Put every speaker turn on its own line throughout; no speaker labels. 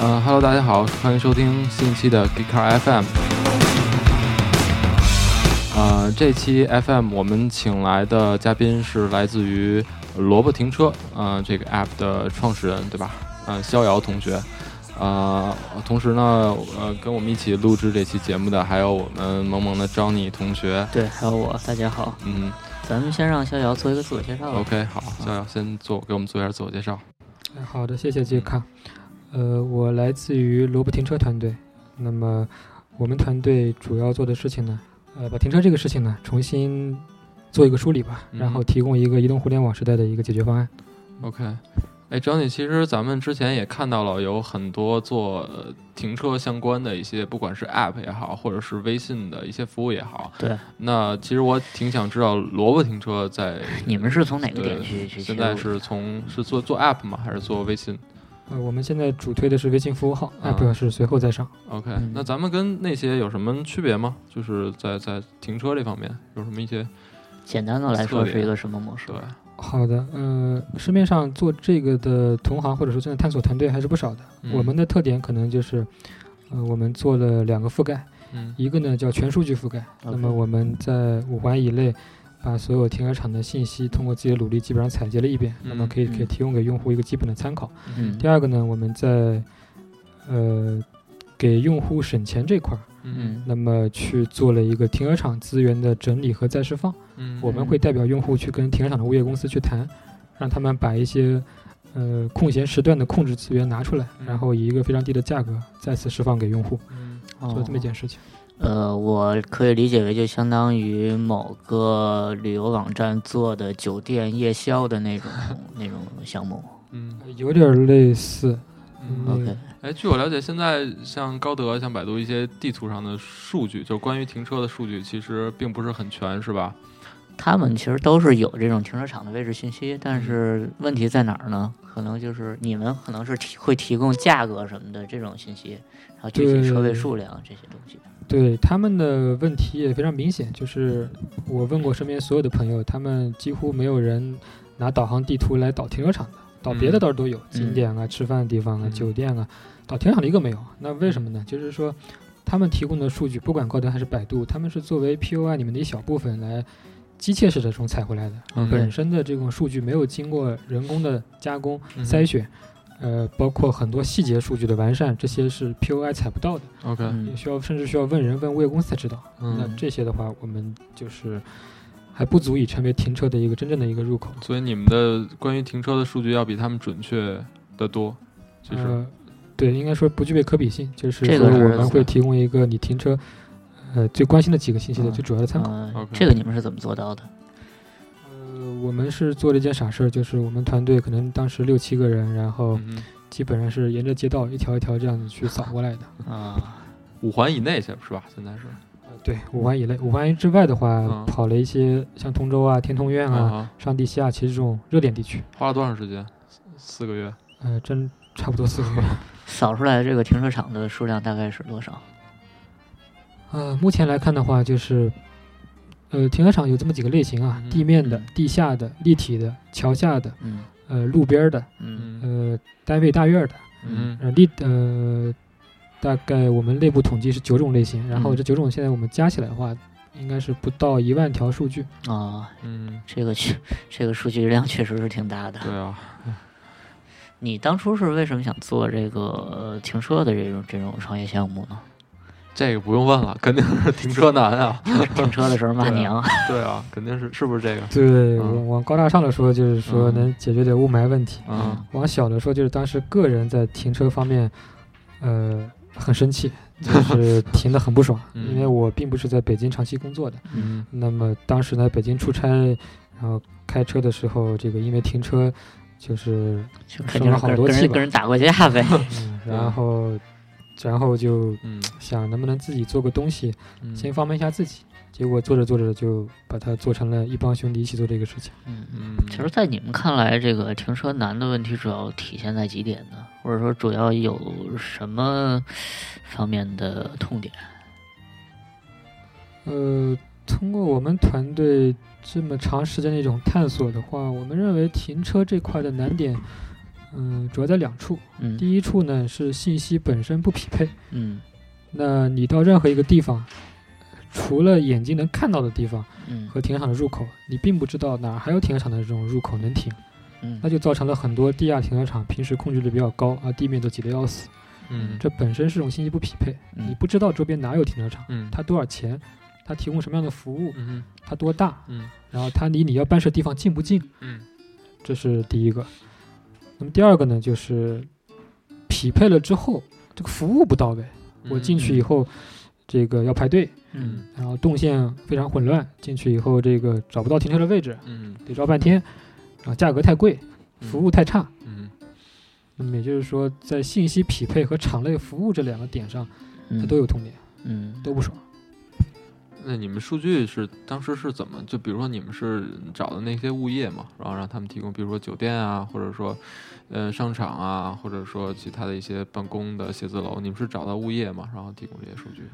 呃，Hello，大家好，欢迎收听新一期的 g i t a r FM。呃，这期 FM 我们请来的嘉宾是来自于萝卜停车，呃，这个 App 的创始人，对吧？呃，逍遥同学。呃，同时呢，呃，跟我们一起录制这期节目的还有我们萌萌的 Johnny 同学。
对，还有我，大家好，
嗯
咱们先让逍遥做一个自我介绍吧。
，OK，好，逍遥先做给我们做一下自我介绍。
哎好的，谢谢杰卡。呃，我来自于萝卜停车团队。那么，我们团队主要做的事情呢，呃，把停车这个事情呢重新做一个梳理吧，
嗯
然后提供一个移动互联网时代的一个解决方案。
OK，哎，Johnny，其实咱们之前也看到了有很多做呃停车相关的一些，不管是 App 也好，或者是微信的一些服务也好。
对，
那其实我挺想知道萝卜停车在
你们是从哪个
对
点去去切
现
入
在
的？
是从是做做 App 吗？还是做微信
呃，我们现在主推的是微信服务号、
啊
app 是随后再上。
？OK，、
嗯
那咱们跟那些有什么区别吗？就是在在停车这方面有什么一些
简单的来
策
说
略
是一个什么模式
对？
好的，呃，市面上做这个的同行或者说正在探索团队还是不少的。
嗯
我们的特点可能就是，呃，我们做了两个覆盖，
嗯
一个呢叫全数据覆盖，那
OK
么我们在五环以内，把所有停车场的信息通过自己的努力基本上采集了一遍，那么
嗯
可以可以
嗯
提供给用户一个基本的参考。
嗯
第二个呢，我们在呃给用户省钱这块儿，
嗯
嗯
那么去做了一个停车场资源的整理和再释放，
嗯
我们会代表用户去跟停车场的物业公司去谈，让他们把一些。呃，空闲时段的控制资源拿出来，
嗯
然后以一个非常低的价格再次释放给用户，
嗯
做这么
哦
一件事情。
呃，我可以理解为就相当于某个旅游网站做的酒店夜宵的那 种那种项目。
嗯
有点儿类似，
嗯
嗯
OK，
哎，据我了解，现在像高德、像百度一些地图上的数据，就是关于停车的数据，其实并不是很全，是吧？
他们其实都是有这种停车场的位置信息，但是问题在哪儿呢？可能就是你们可能是提会提供价格什么的这种信息，然后具体车位
对
数量这些东西。
对他们的问题也非常明显，就是我问过身边所有的朋友，他们几乎没有人拿导航地图来导停车场的，导别的
嗯
倒是都有，景点啊、吃饭的地方啊、
嗯
酒店啊，导停车场的一个没有。那为什么呢？就是说，他们提供的数据，不管高德还是百度，他们是作为 POI 里面的一小部分来机械式的这种采回来的，
嗯
本身的这种数据没有经过人工的加工、
嗯
筛选。呃，包括很多细节数据的完善，这些是 POI 采不到的。
OK，
也
嗯
需要甚至需要问人问物业公司才知道。那
嗯，
这些的话，我们就是还不足以成为停车的一个真正的一个入口。
所以你们的关于停车的数据要比他们准确的多，其实，
呃，对，应该说不具备可比性，就是
这
说
个
我
是
们会提供一个你停车呃最关心的几个信息的
嗯
最主要的参考。
呃
OK
这个你们是怎么做到的？
呃，
嗯
我们是做了一件傻事儿，就是我们团队可能当时六七个人，然后
嗯哼
基本上是沿着街道一条一条这样子去扫过来的。
啊，
五环以内去是吧？现在是
呃
嗯
对，五环以内，五环之外的话，
嗯
跑了一些像通州啊、天通苑啊、
嗯
啊，
上地西亚，其实这种热点地区。
花了多长时间？四个月。
呃，真差不多四个月。
扫出来这个停车场的数量大概是多少？
呃，目前来看的话，就是，呃，停车场有这么几个类型啊：
嗯
地面的
嗯、
地下的、立体的、桥下的、
嗯
呃，路边儿的、
嗯
嗯
呃，单位大院儿的。
嗯
嗯
呃，立呃，大概我们内部统计是九种类型，然后
嗯
这九种现在我们加起来的话，应该是不到一万条数据。
啊，
嗯，
这个确这个数据量确实是挺大的。
对啊，
你当初是为什么想做这个呃停车的这种这种创业项目呢？
这个不用问了，肯定是停车难啊。
停车的时候骂
对啊
娘，
对啊，肯定是是不是这个？
对，
嗯
往往高大上的说，就是说
嗯
能解决点雾霾问题；
嗯
往小的说，就是当时个人在停车方面，呃，很生气， 就是停得很不爽，
嗯
因为我并不是在北京长期工作的。
嗯
那么当时呢，北京出差，然后开车的时候，这个因为停车，就是，
就肯定是
生了好
跟
多
跟
气
人
吧
跟人打过架呗。
嗯、然后，然后就
嗯
想能不能自己做个东西，
嗯，
先方便一下自己。结果做着做着就把它做成了一帮兄弟一起做这个事情。
嗯，
嗯，
其实，在你们看来，这个停车难的问题主要体现在几点呢？或者说主要有什么方面的痛点？
呃，通过我们团队这么长时间的一种探索的话，我们认为停车这块的难点，嗯、主要在两处。
嗯
第一处呢是信息本身不匹配，
嗯
那你到任何一个地方，除了眼睛能看到的地方
嗯
和停车场的入口，你并不知道哪儿还有停车场的这种入口能停，
嗯
那就造成了很多地下停车场平时控制率比较高啊，地面都挤得要死，
嗯
这本身是种信息不匹配，你
嗯
不知道周边哪有停车场，
嗯
它多少钱，它提供什么样的服务，
嗯
它多大，
嗯
然后它离你要办事的地方近不近，
嗯
这是第一个。那么第二个呢，就是匹配了之后，这个服务不到位。
嗯
我进去以后，这个要排队，
嗯
然后动线非常混乱，进去以后这个找不到停车的位置，
嗯
得绕半天，然后价格太贵，服务太差。
嗯
那么也就是说，在信息匹配和场内服务这两个点上，它
嗯
都有痛点，
嗯
都不爽。
那你们数据是当时是怎么？就比如说你们是找的那些物业嘛，然后让他们提供，比如说酒店啊，或者说，呃，商场啊，或者说其他的一些办公的写字楼，你们是找到物业嘛，然后提供这些数据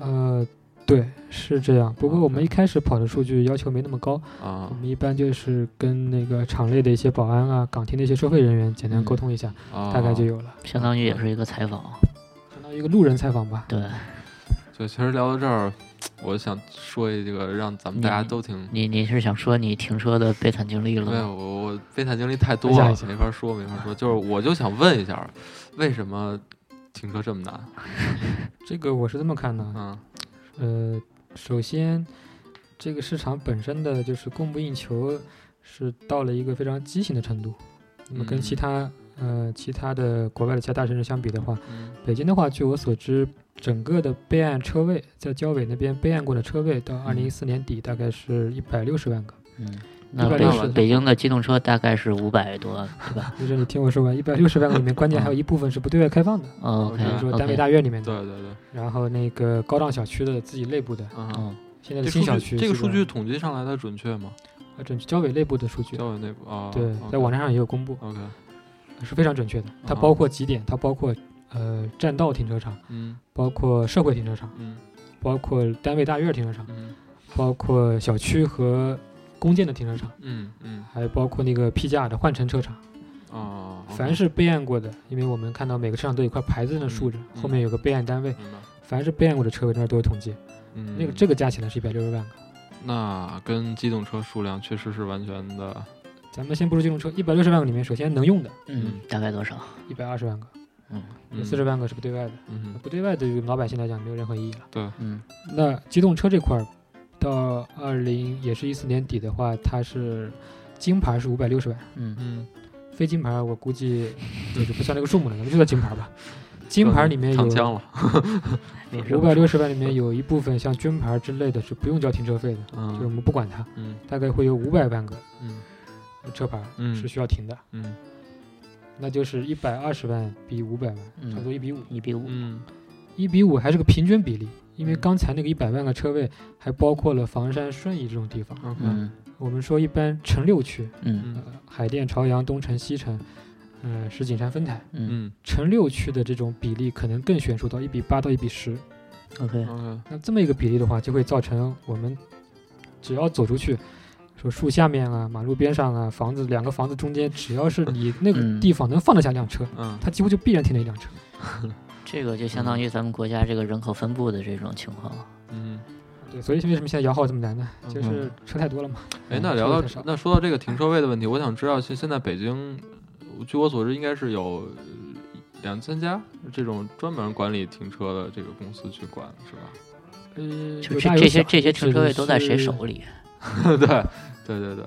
呃，对，是这样。不过我们
OK
一开始跑的数据要求没那么高，
啊
我们一般就是跟那个场内的一些保安啊、岗亭的一些收费人员简单沟通一下，
啊，
大概就。有了。
相当于也是一个采访，
相当于一个路人采访吧。
对
就其实聊到这儿，我想说一个让咱们大家都挺。
你你是想说你停车的悲惨经历了
没有，
吗？
我我悲惨经历太多
下
了
一，下
没法说，没法说。就是我就想问一下，为什么停车这么难？
这个我是这么看的，
嗯
呃，首先，这个市场本身的就是供不应求，是到了一个非常畸形的程度。那么跟其
嗯
他、呃其他的国外的其他大城市相比的话，
嗯
北京的话，据我所知，整个的备案车位在交委那边备案过的车位，到二零一四年底大概是一百六十万个。
嗯，那
一般
都是
北北京的机动车大概是五百多，对吧
就是你听我说完，一百六十万个里面，关键还有一部分是不对外开放的，
哦？OK
比如说单位
OK，
大院里面的，
对对嗯对，
然后那个高档小区的自己内部的，
嗯。
嗯
现在的
这
新
数
小
据
区
这个
基
数
本
据统计上来的准确吗？
上，呃，准交委内部的数据，
交委内部啊，
对，在网站上也有公布，
OK，
是非常准确的。它
啊
包括几点？它包括呃占道停车场，
嗯
包括社会停车场，
嗯
包括单位大院停车场，
嗯
包括小区和公建的停车场，
嗯嗯
还包括那个批价的换乘车场。
啊，
凡是备案过的，因为我们看到每个车场都有一块牌子在那竖着，
嗯
后面有个备案单位，
明白，
凡是备案过的车位那儿都有统计。
嗯，
那个这个加起来是一百六十万个。
那跟机动车数量确实是完全的，
咱们先不说机动车，一百六十万个里面，首先能用的
嗯，大概多少？
一百二十万个，
嗯
四十万个是不对外的。
嗯
那不对外对于老百姓来讲没有任何意义了。
嗯
那机动车这块儿，到二零也是一四年底的话，它是金牌是五百六十万，
嗯
嗯，
非金牌儿我估计也就不算这个数目了，咱们就叫金牌 儿吧。金牌儿里面有
长枪了，
没事
五百六十万里面有一部分像军牌儿之类的是不用交停车费的，就是我
嗯
们不管它，
嗯
大概会有五百万个
嗯
车牌儿
嗯
是需要停的，
嗯
那就是一百二十万比五百万，
嗯
差不多一比五，
一比五，
嗯
一比五还是个平均比例。因为
嗯
刚才那个一百万个车位还包括了房山、顺义这种地方。
，OK，
嗯
我们说一般城六区，
嗯
嗯
呃，海淀、朝阳、东城、西城，呃，石景山分台，
嗯
嗯
城六区的这种比例可能更悬殊到一比八到一比十。嗯
，OK，
，OK，
那这么一个比例的话，就会造成我们只要走出去，说树下面啊、马路边上啊、房子两个房子中间，只要是你那个
嗯
地方能放得下辆车，
嗯
它几乎就必然停了一辆车。
这个就相
嗯
当于咱们国家这个人口分布的这种情况。
嗯，
对，所以为什么现在摇号这么难呢？就是车太多了嘛。
哎，
嗯
那
车
聊
位
到
太少
那说到这个停车位的问题，我想知道，现现在北京，据我所知，应该是有呃两三家这种专门管理停车的这个公司去管，是吧？ 嗯
呃，
就
有
这
大有
这些
小
这些
指
停
的
车位都在谁
是
手里？
对对对对，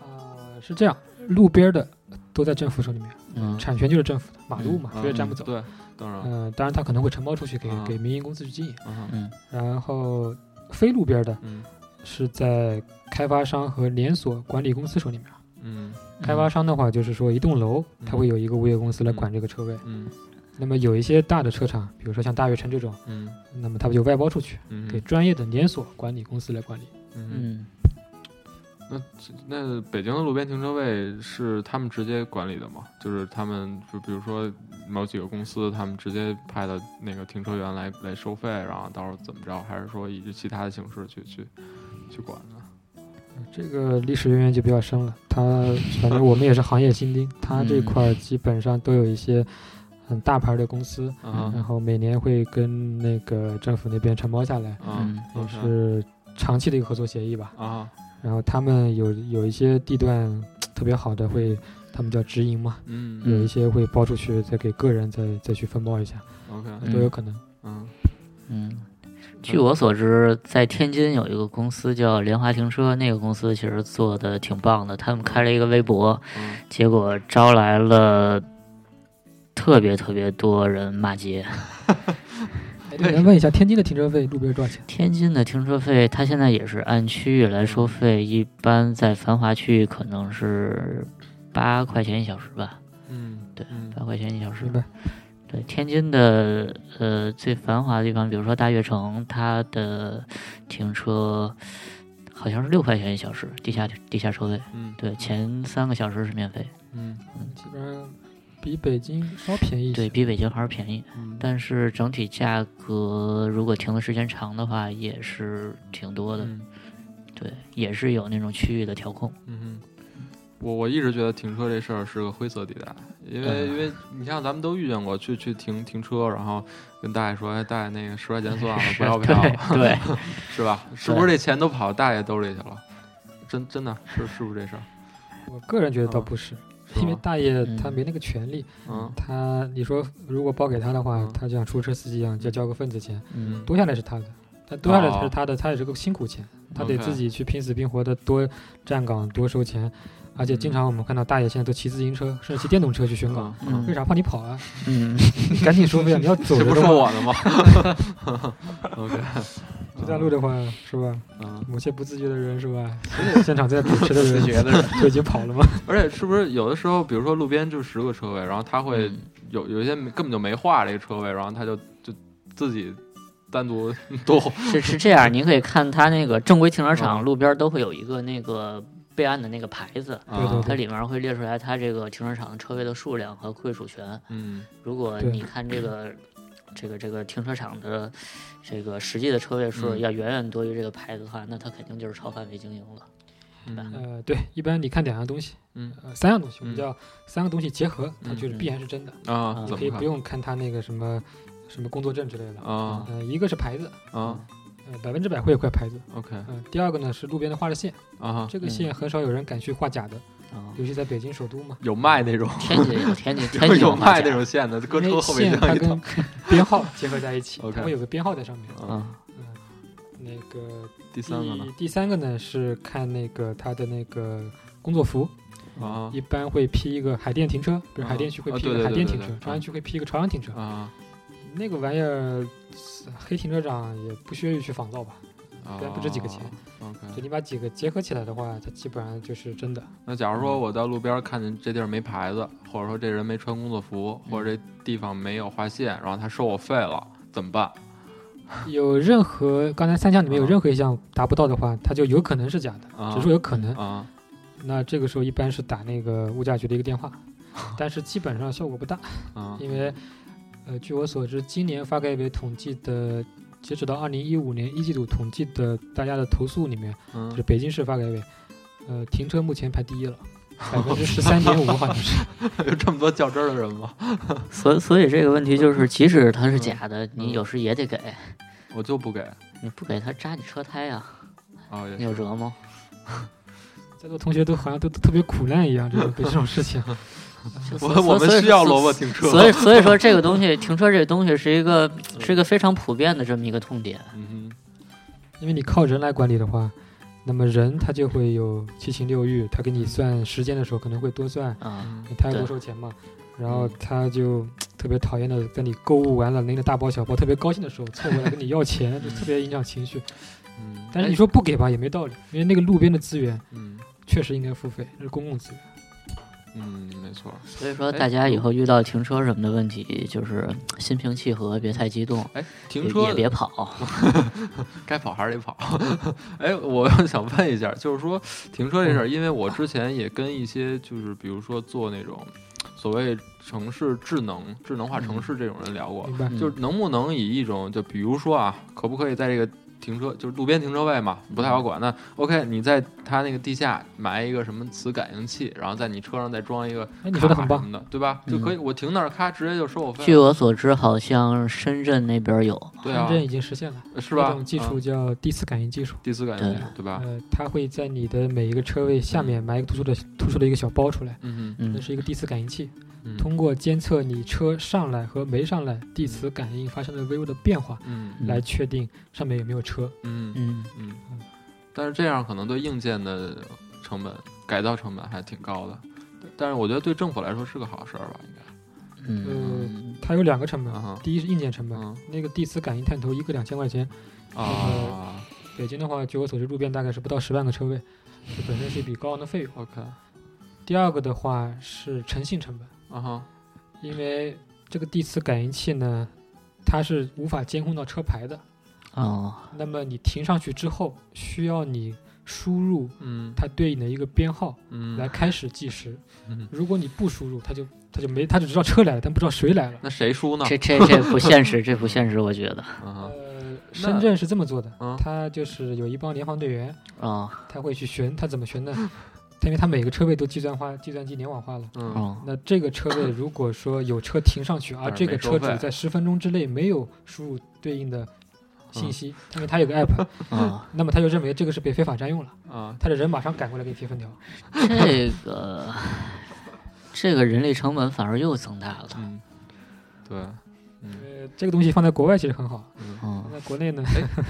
呃，是这样，路边儿的都在政府手里面，
嗯
产权就是政府的，马路嘛，
嗯
谁也占不走。
对，当然，
嗯、当然它可能会承包出去给、
啊
给民营公司去经营。
嗯
嗯
然后非路边的
嗯
是在开发商和连锁管理公司手里面。
嗯
开发商的话，就是说一栋楼
嗯
它会有一个物业公司来管这个车位。
嗯
那么有一些大的车厂，比如说像大悦城这种，
嗯
那么它就外包出去
嗯，
给专业的连锁管理公司来管理。
嗯，
嗯
那北京的路边停车位是他们直接管理的吗？就是他们就比如说某几个公司，他们直接派的那个停车员来来收费，然后到时候怎么着，还是说以其他的形式去去去管呢？
嗯这个历史渊源就比较深了。 他反正我们也是行业新丁，他这
嗯
块儿基本上都有一些很大牌儿的公司，
啊
然后每年会跟那个政府那边承包下来，
啊
嗯
也是长期的一个合作协议吧。
啊，
然后他们有有一些地段特别好的会，他们叫直营嘛，
嗯
有一些会包出去，再给个人再再去分包一下，
，OK，
嗯
都有可能。
嗯
嗯，据我所知，在天津有一个公司叫莲花停车，那个公司其实做的挺棒的。他们开了一个微博，
嗯，
结果招来了特别特别多人骂街。
哎对，咱问一下，天津的停车费路边多少钱？
天津的停车费，它现在也是按区域来收费，一般在繁华区域可能是八块钱一小时吧，
嗯，
对
嗯
八块钱一小时
明。白？
对，天津的呃最繁华的地方，比如说大悦城，它的停车好像是六块钱一小时，地下地下车位。
嗯
对，前三个小时是免费，
嗯
基本上比北京稍便宜一
对
些。
比北京还是便宜，
嗯，
但是整体价格如果停的时间长的话，也是挺多的。
嗯
对，也是有那种区域的调控。
嗯哼，我我一直觉得停车这事儿是个灰色地带，因为、
嗯
因为你像咱们都遇见过，去去停停车，然后跟大爷说，哎，大爷那个十块钱 算了，啊不要不要
对
了，
对，
是吧？是不是这钱都跑大爷兜里去了？真真的是是不是这事儿？
我个人觉得倒不是，
是
因为
吗
大爷
嗯
他没那个权利，
嗯
他你说如果包给他的话，
嗯
他就像出租车司机一样，就交个份子钱，
嗯，
多下来是他的，但多下来
哦
是他的，他也是个辛苦钱，他得
OK
自己去拼死拼活的多站岗多收钱，而且经常我们看到大爷现在都骑自行车，甚至骑电动车去巡岗，
嗯
为啥怕你跑啊？
嗯，
你赶紧收费啊！你要走
这
着
不
的
说
话，
我呢吗 ？OK，
这段路的话是吧？
嗯，
某些不自觉的人 是吧？现场在主持的人
觉 得，
就已经跑了嘛。
而且是不是有的时候，比如说路边就十个车位，然后他会
嗯
有有一些根本就没画这个车位，然后他就就自己单独多
是是这样，你可以看它那个正规停车场
嗯
路边都会有一个那个备案的那个牌子，
啊
对对
它里面会列出来它这个停车场的车位的数量和归属权。
嗯
如果
对
你看这个这个这个停车场的这个实际的车位数
嗯
要远远多于这个牌子的话，那它肯定就是超范围经营了。
嗯
呃，对，一般你看两样东西，
嗯
呃，三样东西，我
嗯
们叫三个东西结合，它
嗯
就是
嗯
必然是真的，
啊，
嗯
怎
可以
么
不
看
用看它那个什么什么工作证之类的。
啊
呃，一个是牌子，
啊
呃，百分之百会有块牌子。
？OK
嗯、第二个呢是路边的画的线，
啊哈，
这个线很少有人敢去画假的，
哦
啊、
尤其在北京首都嘛。
有卖那种
天津有 天津天津
有卖
卖
那种线的， 搁
因
车
为
后备
线它
箱一
跟
套
编号结合在一起，
OK
它会有个编号在上面。
啊。
啊，
嗯、那个
第
第
三个呢
第三个呢是看那个它的那个工作服，
啊
一般会批一个海淀停车，比如
啊
海淀区会
啊
批
对
一
对
个海淀
对
停
对
车
对，
朝阳区会批一个朝阳停车。
啊
那个玩意儿，黑停车场也不屑于去仿造吧？
啊，
然不值几个钱
OK，
就你把几个结合起来的话，它基本上就是真的。
那假如
嗯
说我到路边看见这地儿没牌子，或者说这人没穿工作服，或
嗯
者这地方没有划线，然后他收我费了，怎么办？
有任何刚才三项里面有
啊
任何一项达不到的话，它就有可能是假的，
啊
只是说有可能。
啊
那这个时候一般是打那个物价局的一个电话，但是基本上效果不大，
啊
因为，呃，据我所知，今年发改委统计的，截止到二零一五年一季度统计的大家的投诉里面，就是
嗯，
北京市发改委，呃，停车目前排第一了，百分之十 三点五好像是。
有这么多较真儿的人吗？
所以所以这个问题就是，即使它是假的，
嗯
你有时也得给，
我就不给
你不给它扎你车胎呀、
啊，也
你有辙吗？
在座同学都好像都都特别苦难一样，这种被这种 事情。
就所
我我们
所以
需要
所
萝卜停车，
所以所以说这个东西，停车这个东西是一个是一个非常普遍的这么一个痛点。
嗯
因为你靠人来管理的话，那么人他就会有七情六欲，他给你算时间的时候可能会多算，
啊，
哼，
他也
对
不收钱嘛。然后他就特别讨厌的，在你购物完了拎着大包小包，特别高兴的时候凑过来跟你要钱，就特别影响情绪。
嗯，
但是你说不给吧，也没道理，因为那个路边的资源
嗯
确实应该付费，那是公共资源。
嗯，没错，
所以说大家以后遇到停车什么的问题，就是心平气和，别太激动，
哎，停
也
车
也别跑。
该跑还是得跑。 哎，我想问一下，就是说停车这事儿，因为我之前也跟一些就是比如说做那种所谓城市智能、
嗯
智能化城市这种人聊过，
明白？
就是能不能以一种就比如说啊，可不可以在这个停车就是路边停车位嘛，不
嗯
太好管。那 OK，你在它那个地下埋一个什么磁感应器，然后在你车上再装一个
哎你
卡
说得很棒嗯
什么的，对吧？就可以，我停那儿，咔，直接就收我费
据
了，
我所知，好像深圳那边有，
对
深
啊，
圳已经实现了，
是
这
吧？
种技术
嗯
叫地磁感应技术，
第四感应器
对，
对吧？
呃，它会在你的每一个车位下面埋一个突出的突出的一个小包出来，
嗯
嗯
那，是一个地磁感应器，
嗯
通过监测你车上来和没上来地磁感应发生的微弱的变化，
嗯
嗯
来确定上面有没有车。
嗯
嗯，
嗯，但是这样可能对硬件的成本、改造成本还挺高的，但是我觉得对政府来说是个好事儿吧，应该。
嗯，
它有两个成本
嗯，哼
第一是硬件成本，
嗯
那个地磁感应探头一个两千块钱，
啊
北京的话，据我所知，路边大概是不到十万个车位，这本身是一笔高昂的费用。
，OK，
第二个的话是诚信成本，
啊哈，
因为这个地磁感应器呢，它是无法监控到车牌的。
呃
哦，
那么你停上去之后，需要你输入
嗯
它对应的一个编号
嗯，
来开始计时。
嗯，
如果你不输入，它就它就没它只知道车来了，但不知道谁来了。
那谁输呢？
这这这不现实，这不现实，我觉得
嗯哼
呃，
那
深圳是这么做的
嗯，
它就是有一帮联防队员，
哦
他会去巡，他怎么巡呢？ 他因为他每个车位都计算化、计算机联网化了。
嗯
哦，
那这个车位如果说有车停上去，而
但是
这个
没收
车
费
主在十分钟之内没有输入对应的
嗯
信息，因为他有 个 app，
哦，
那么他就认为这个是被非法占用了，
啊，
他的人马上赶过来给你贴封条。
这个这个人力成本反而又增大了，
嗯，对， 嗯
呃，这个东西放在国外其实很好，
嗯。
嗯
放。在国内呢，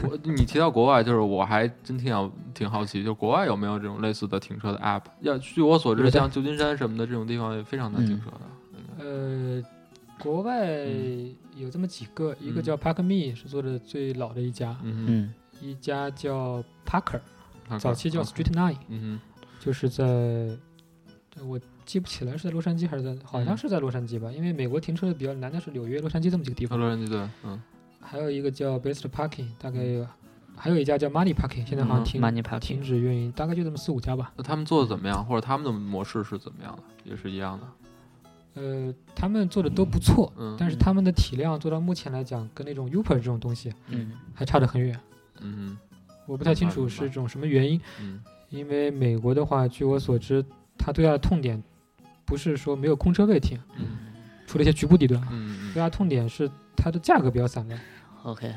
我你提到国外，就是我还真挺想挺好奇，就国外有没有这种类似的停车的 app？要据我所知，
有的嗯
像旧金山什么的这种地方也非常难停车的。嗯应该
呃，国外
嗯
有这么几个，一个
嗯
叫 Park Me 是做的最老的一家，
嗯
嗯
一家叫 Parker，
哼，
早期叫
OK，
Street Nine。
嗯
就是在呃我记不起来是在洛杉矶还是在，好像
嗯
是在洛杉矶吧，因为美国停车比较难的是纽约、洛杉矶这么几个地
哼，
方。
洛杉矶对，嗯，
还有一个叫 Best Parking，大概有，还有一家叫 Money Parking，现在好像
嗯
停、
，Money Parking
停止运营，大概就这么四五家吧。
那他们做的怎么样，或者他们的模式是怎么样的，也是一样的。
呃，他们做的都不错，
嗯
但是他们的体量做到目前来讲，跟那种 Uber 这种东西
嗯
还差得很远。
嗯
我不太清
明
楚
白明白
是种什么原因，
嗯
因为美国的话，据我所知，它最大的痛点不是说没有空车位停，
嗯
除了一些局部地段啊，
嗯
最大痛点是它的价格比较散乱。
，OK。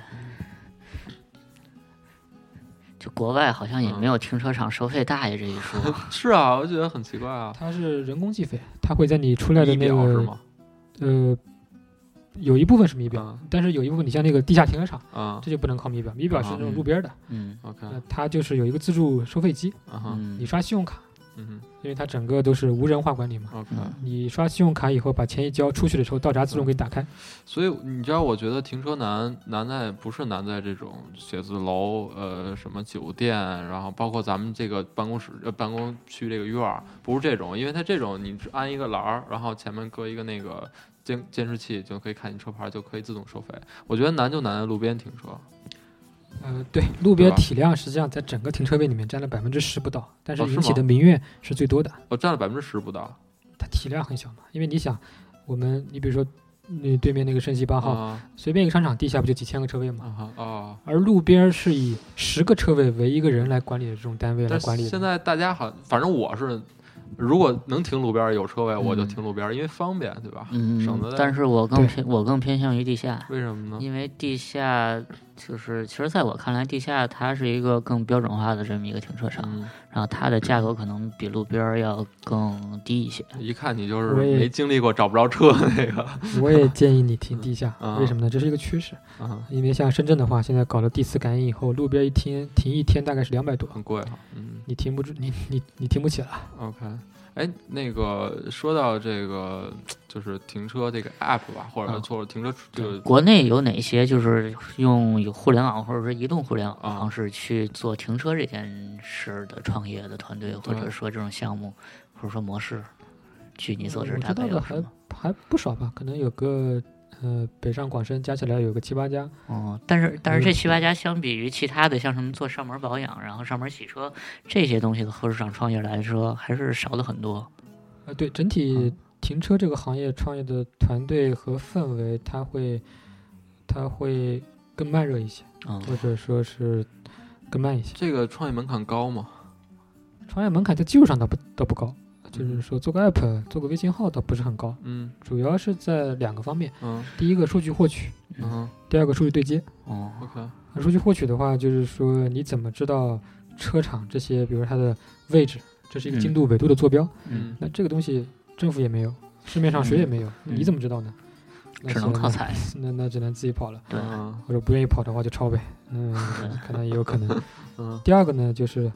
就国外好像也没有停车场收费大爷这一说，
嗯，是啊，我觉得很奇怪啊。
它是人工计费，它会在你出来的
仪
那
表是
个
吗？
呃，有一部分是米表，
嗯
但是有一部分你像那个地下停车场，
啊
这就不能靠米表，米表是那种路边的，
嗯
，OK，
那它就是有一个自助收费机，
啊哈，
嗯
你刷信用卡，
嗯
因为它整个都是无人化管理嘛。
哼，OK。
嗯
你刷信用卡以后，把钱一交，出去的时候到闸
嗯
自动给你打开。
所以你知道，我觉得停车难难在不是难在这种写字楼，呃，什么酒店，然后包括咱们这个办公室、呃、办公区这个院儿，不是这种，因为它这种你只安一个栏儿，然后前面搁一个那个监监视器，就可以看你车牌，就可以自动收费。我觉得难就难在路边停车。
呃，对，路边
对吧
体量实际上在整个停车位里面占了百分之十不到，但是
哦是
引起
吗
的民怨是最多的。
我占了百分之十不到。
它体量很小嘛，因为你想，我们你比如说，你对面那个升级八号，
啊
随便一个商场地下不就几千个车位
啊
嘛？
哈哦，
而路边儿是以十个车位为一个人来管理的这种单位来
但
管理的。
现在大家好，反正我是，如果能停路边儿有车位，我就
嗯
停路边儿，因为方便，对吧？省得嗯
嗯，
在
但是我更
对
偏我更偏向于地下，
为什么呢？
因为地下就是其实在我看来，地下它是一个更标准化的这么一个停车场，
嗯，
然后它的价格可能比路边儿要更低一些。
一看你就是
我也
没经历过找不着车的那个。
我也建议你停地下，
啊
为什么呢？这是一个趋势，
啊，
因为像深圳的话，现在搞了地磁感应以后，路边一停停一天大概是两百多，
很贵哈。嗯
你停不住，你你你停不起了。
，OK。哎，那个说到这个，就是停车这个 app 吧，或者
嗯
或者停车这个
国内有哪些就是用有互联网或者说移动互联网
啊
方式去做停车这件事的创业的团队，或者说这种项目，或者说模式？据你所
我
知，
知
大概
道的
有什
还
么？
还不少吧，可能有个呃北上广深加起来有个七八家。
哦，但是但是
没
这
有
七八家相比于其他的，像什么做上门保养，然后上门洗车这些东西的合适场创业来说，还是少了很多。
呃，对，整体
嗯
啊
停车这个行业创业的团队和氛围，它会，它会更慢热一些，
啊
嗯
或者说是更慢一些。
这个创业门槛高吗？
创业门槛在技术上倒不倒不高，
嗯
就是说做个 app、做个微信号倒不是很高，
嗯
主要是在两个方面：
嗯
第一个数据获取，
嗯
第二个数据对接。
哦
，OK，
数据获取的话，就是说你怎么知道车厂这些，比如它的位置，这是一个
嗯
精度、纬度的坐标。
嗯
嗯，
那这个东西政府也没有，市面上谁也没有，
嗯
你怎么知道呢？那
只能
是
靠。踩。
那那只能自己跑了，
对，
嗯
或者不愿意跑的话就抄呗。嗯，可能也有可能。
嗯
第二个呢，就是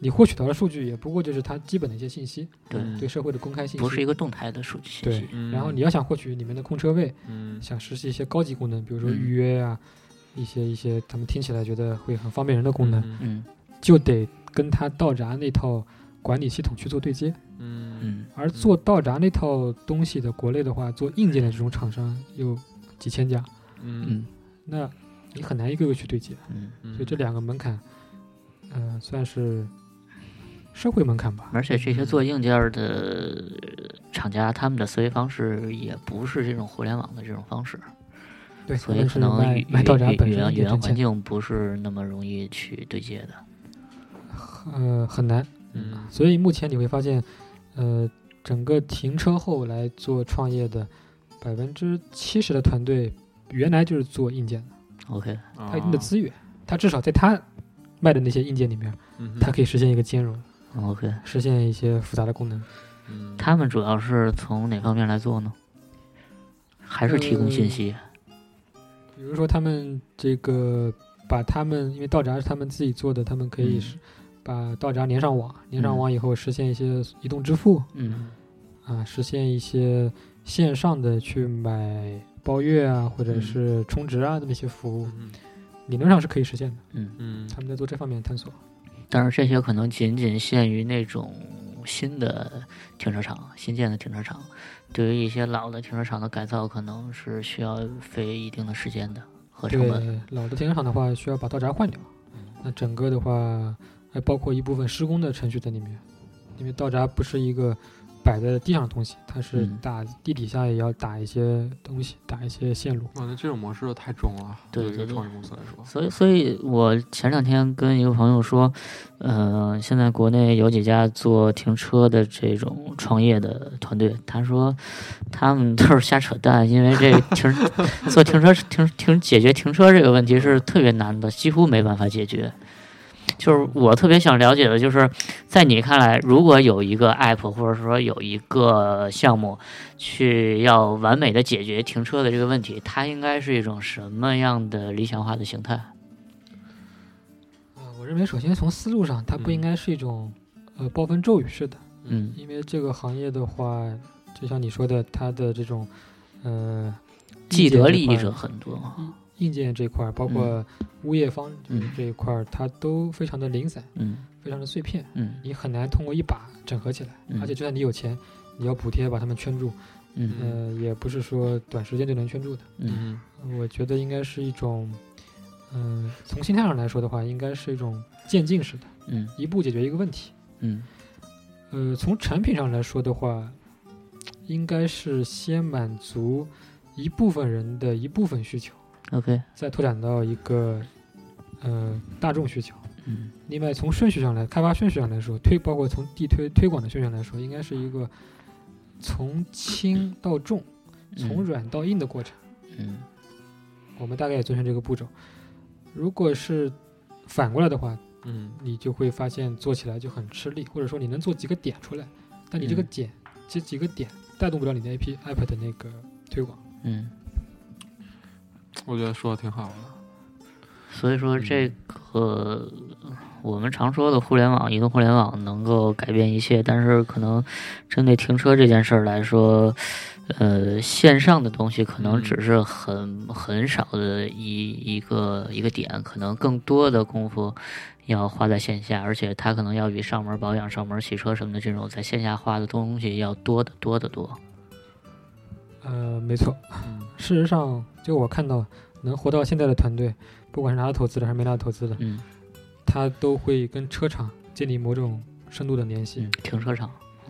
你获取到的数据也不过就是它基本的一些信息，
对
嗯
对社会的公开信息。
不是一个动态的数据信
对
息。
嗯
然后你要想获取里面的空车位，
嗯
想实施一些高级功能，比如说
嗯
预约啊，一些一些他们听起来觉得会很方便人的功能，
嗯
嗯
就得跟它道闸那套管理系统去做对接。
嗯
嗯
而做道闸那套东西的国内的话，做硬件的这种厂商有几千家，
嗯
嗯
那你很难一个个去对接，
嗯，
嗯，
所以这两个门槛，嗯、算是社会门槛吧。
而且这些做硬件儿的厂家，他们的思维方式也不是这种互联网的这种方式，
对，
所
但
以可
是
能
卖
语
卖道闸
语
本
语
身
言语
也
言
挣
环
钱，
境不是那么容易去对接的。
呃，很难。
嗯
所以目前你会发现，呃，整个停车后来做创业的百分之七十的团队，原来就是做硬件的，
OK，
啊
它有一定的资源，它至少在它卖的那些硬件里面，
嗯
它可以实现一个兼容，
OK，
实现一些复杂的功能。
嗯
他们主要是从哪方面来做呢？还是提供信息？
呃比如说他们这个把他们，因为道闸是他们自己做的，他们可以
嗯
是把道闸连上网，连上网以后实现一些移动支付
嗯
啊，实现一些线上的去买包月啊，或者
嗯
是充值啊这么一些服务，
嗯
理论上是可以实现的。
嗯，
嗯
他们在做这方面的探索。
但是这些可能仅仅限于那种新的停车场、新建的停车场，对于一些老的停车场的改造，可能是需要费一定的时间的和成本。嗯
对，老的停车场的话，需要把道闸换掉。那整个的话，还包括一部分施工的程序在里面，因为道闸不是一个摆在地上的东西，它是
嗯
打地底下也要打一些东西，打一些线路。
哇，那这种模式太重了，
对
对于一个
对对
创业公司来说，
所以，所以我前两天跟一个朋友说，呃，现在国内有几家做停车的这种创业的团队，他说他们都是瞎扯淡，因为这个停 做停车停停解决停车这个问题是特别难的，几乎没办法解决。就是我特别想了解的，就是在你看来，如果有一个 app 或者说有一个项目去要完美的解决停车的这个问题，它应该是一种什么样的理想化的形态？
啊、
嗯
我认为首先从思路上，它不
嗯
应该是一种、呃暴风骤雨式的，
嗯
因为这个行业的话，就像你说的，它的这种呃
既得利益
者。
者很多。啊
硬件这一块儿，包括物业方就是
嗯
这一块儿，它都非常的零散，
嗯
非常的碎片，
嗯
你很难通过一把整合起来。
嗯
而且就算你有钱，你要补贴把它们圈住，
嗯
呃，也不是说短时间就能圈住的。
嗯
嗯
我觉得应该是一种，嗯、从心态上来说的话，应该是一种渐进式的，
嗯
一步解决一个问题。
嗯
呃，从产品上来说的话，应该是先满足一部分人的一部分需求。
，OK，
再拓展到一个呃大众需求。
嗯
另外，从顺序上来，开发顺序上来说，推包括从地推推广的顺序上来说，应该是一个从轻到重、从软到硬的过程。
嗯
我们大概也遵循这个步骤。如果是反过来的话，
嗯
你就会发现做起来就很吃力，或者说你能做几个点出来，但你这个
嗯
点、这几个点带动不了你的 A P app 的那个推广。
嗯，
我觉得说的挺好的，
所以
嗯
说这个我们常说的互联网、移动互联网能够改变一切，但是可能针对停车这件事儿来说，呃，线上的东西可能
嗯
只是很很少的一一个一个点，可能更多的功夫要花在线下，而且它可能要比上门保养、上门洗车什么的这种在线下花的东西要多得多得多。
呃，没错，
嗯
事实上，就我看到能活到现在的团队，不管是拿了投资的还是没拿到投资的，
嗯
他都会跟车厂建立某种深度的联系。
嗯，停车场，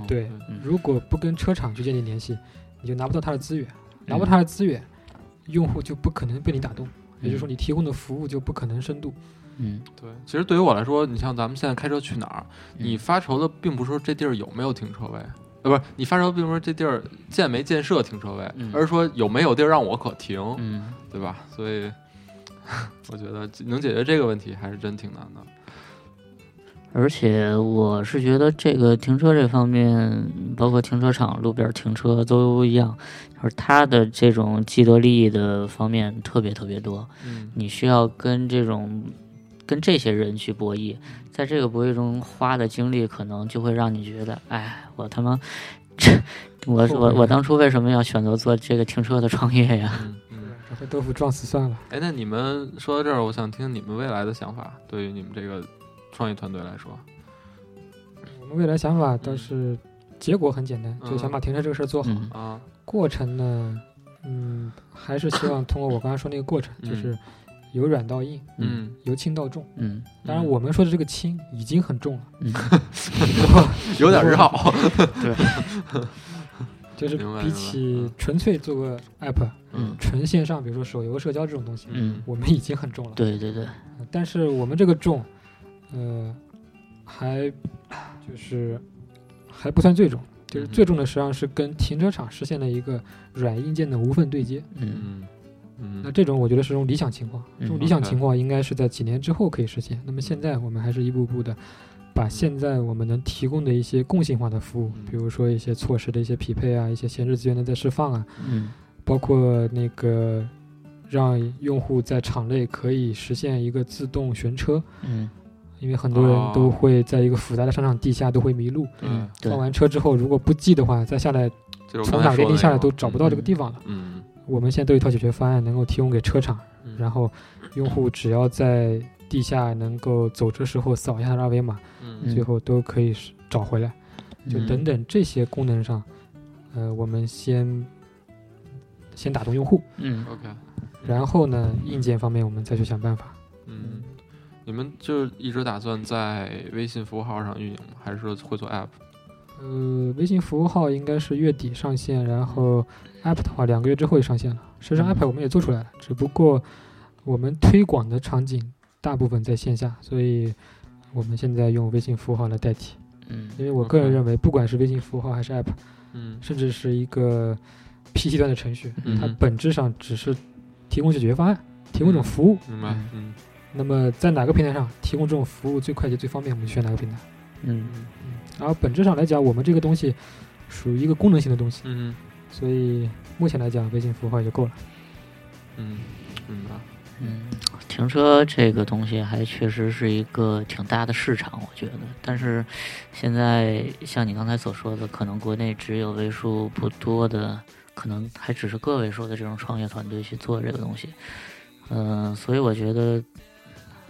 对，
嗯
如果不跟车厂去建立
嗯
嗯联系，你就拿不到他的资源，拿不到他的资源，用户就不可能被你打动。也就是说你提供的服务就不可能深度。
嗯，
对，其实对于我来说，你像咱们现在开车去哪儿，你
嗯
发愁的并不是说这地儿有没有停车位，呃，不是你发愁并不是这地儿建没建设停车位，
嗯
而是说有没有地儿让我可停，
嗯，
对吧？所以 我觉得能解决这个问题还是真挺难的。
而且我是觉得这个停车这方面，包括停车场、路边停车都一样，就是它的这种既得利益的方面特别特别多。
嗯，
你需要跟这种跟这些人去博弈，在这个博弈中花的精力，可能就会让你觉得，哎，我他妈这我我我当初为什么要选择做这个停车的创业 呀？
嗯嗯。
找块豆腐撞死算了。
哎，那你们说到这儿，我想听你们未来的想法，对于你们这个创业团队来说，
我们未来想法倒是结果很简单，
嗯
就想把停车这个事儿做好。
嗯
啊，
过程呢，嗯，还是希望通过我刚才说那个过程，
嗯
就是由软到硬，
嗯，
由轻到重。
嗯
当然，我们说的这个轻已经很重了，
嗯，
有点 绕，
就是
明白明
比
白
起
嗯
纯粹做个 app、
嗯
纯线上，比如说手游、社交这种东西，
嗯
我们已经很重了。
对对对，
呃但是我们这个重，呃，还就是还不算最重，就是
嗯
最重的实际上是跟停车场实现了一个软硬件的无缝对接。
嗯
嗯
那
嗯
这种我觉得是种理想情况，
嗯
这种理想情况应该是在几年之后可以实
嗯
现。那么现在我们还是一步步的把现在我们能提供的一些共性化的服务
嗯，
比如说一些措施的一些匹配啊，一些闲置资源的再释放啊，
嗯
包括那个让用户在场内可以实现一个自动寻车，
嗯
因为很多人都会在一个复杂的商场地下都会迷路，
嗯
嗯，
对
放，完车之后如果不记的话，再下来
就是我
从
刚
哪
才
个
说
地
的
下来
那
都
种
找不到这个地方了。
嗯，
我们现在都有一套解决方案能够提供给车厂。
嗯
然后用户只要在地下能够走的时候扫一下二维码，
嗯
嗯
最后都可以是找回来。就
嗯
等等这些功能上，呃，我们先先打动用户，
嗯
，OK，
然后呢，硬件方面我们再去想办法。
嗯，你们就是一直打算在微信服务号上运营吗？还是说会做 App？
呃，微信服务号应该是月底上线，然后 App 的话两个月之后就上线了。实际上
嗯
App 我们也做出来了，只不过我们推广的场景大部分在线下，所以我们现在用微信服务号来代替。
嗯
因为我个人
OK
认为，不管是微信服务号还是 App，
嗯
甚至是一个 PC 端的程序，
嗯
它
哼
本质上只是提供解决方案，提供一
嗯
种服务。
明白，嗯
那么在哪个平台上提供这种服务最快捷、最方便，我们选哪个平台。
嗯
然后本质上来讲，我们这个东西属于一个功能性的东西，
嗯
所以目前来讲，微信服务号也就够了。
嗯，明白，
嗯，停车这个东西还确实是一个挺大的市场，我觉得。但是现在像你刚才所说的，可能国内只有为数不多的，可能还只是个位数的这种创业团队去做这个东西。嗯、所以我觉得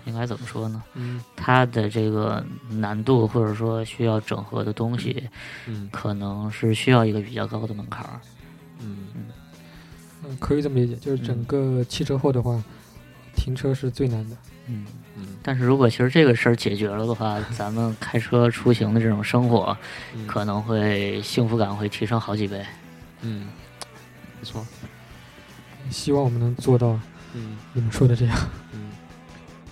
应该怎么说呢？
嗯
它的这个难度或者说需要整合的东西，
嗯
可能是需要一个比较高的门槛儿。
嗯
嗯，可以这么理解，就是整
嗯
个汽车后的话，停车是最难的。
嗯。
嗯
但是如果其实这个事儿解决了的话，咱们开车出行的这种生活
嗯，
可能会幸福感会提升好几倍。
嗯，没错，
希望我们能做到
嗯。
你们说的这样。
嗯，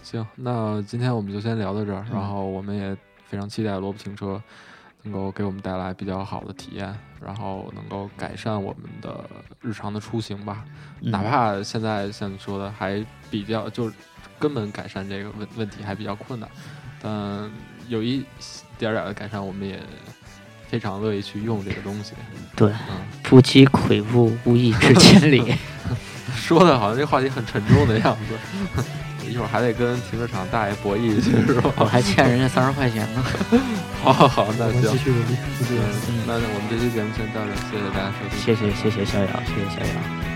行，那今天我们就先聊到这儿，
嗯
然后我们也非常期待萝卜停车能够给我们带来比较好的体验，然后能够改善我们的日常的出行吧，
嗯
哪怕现在像你说的还比较就是根本改善这个问问题还比较困难，但有一点儿点儿的改善，我们也非常乐意去用这个东西。
对
嗯，
不积跬步，无以至千 里。
说的好像这话题很沉重的样子。 一会儿还得跟停车场大爷博弈去，是吧？
我还欠人家三十块钱呢。
好好好，
我
那
们
行
继，续努力。
嗯那我们这期节目先到这儿，谢谢大家收听。
谢谢谢谢逍遥，谢谢逍遥。
嗯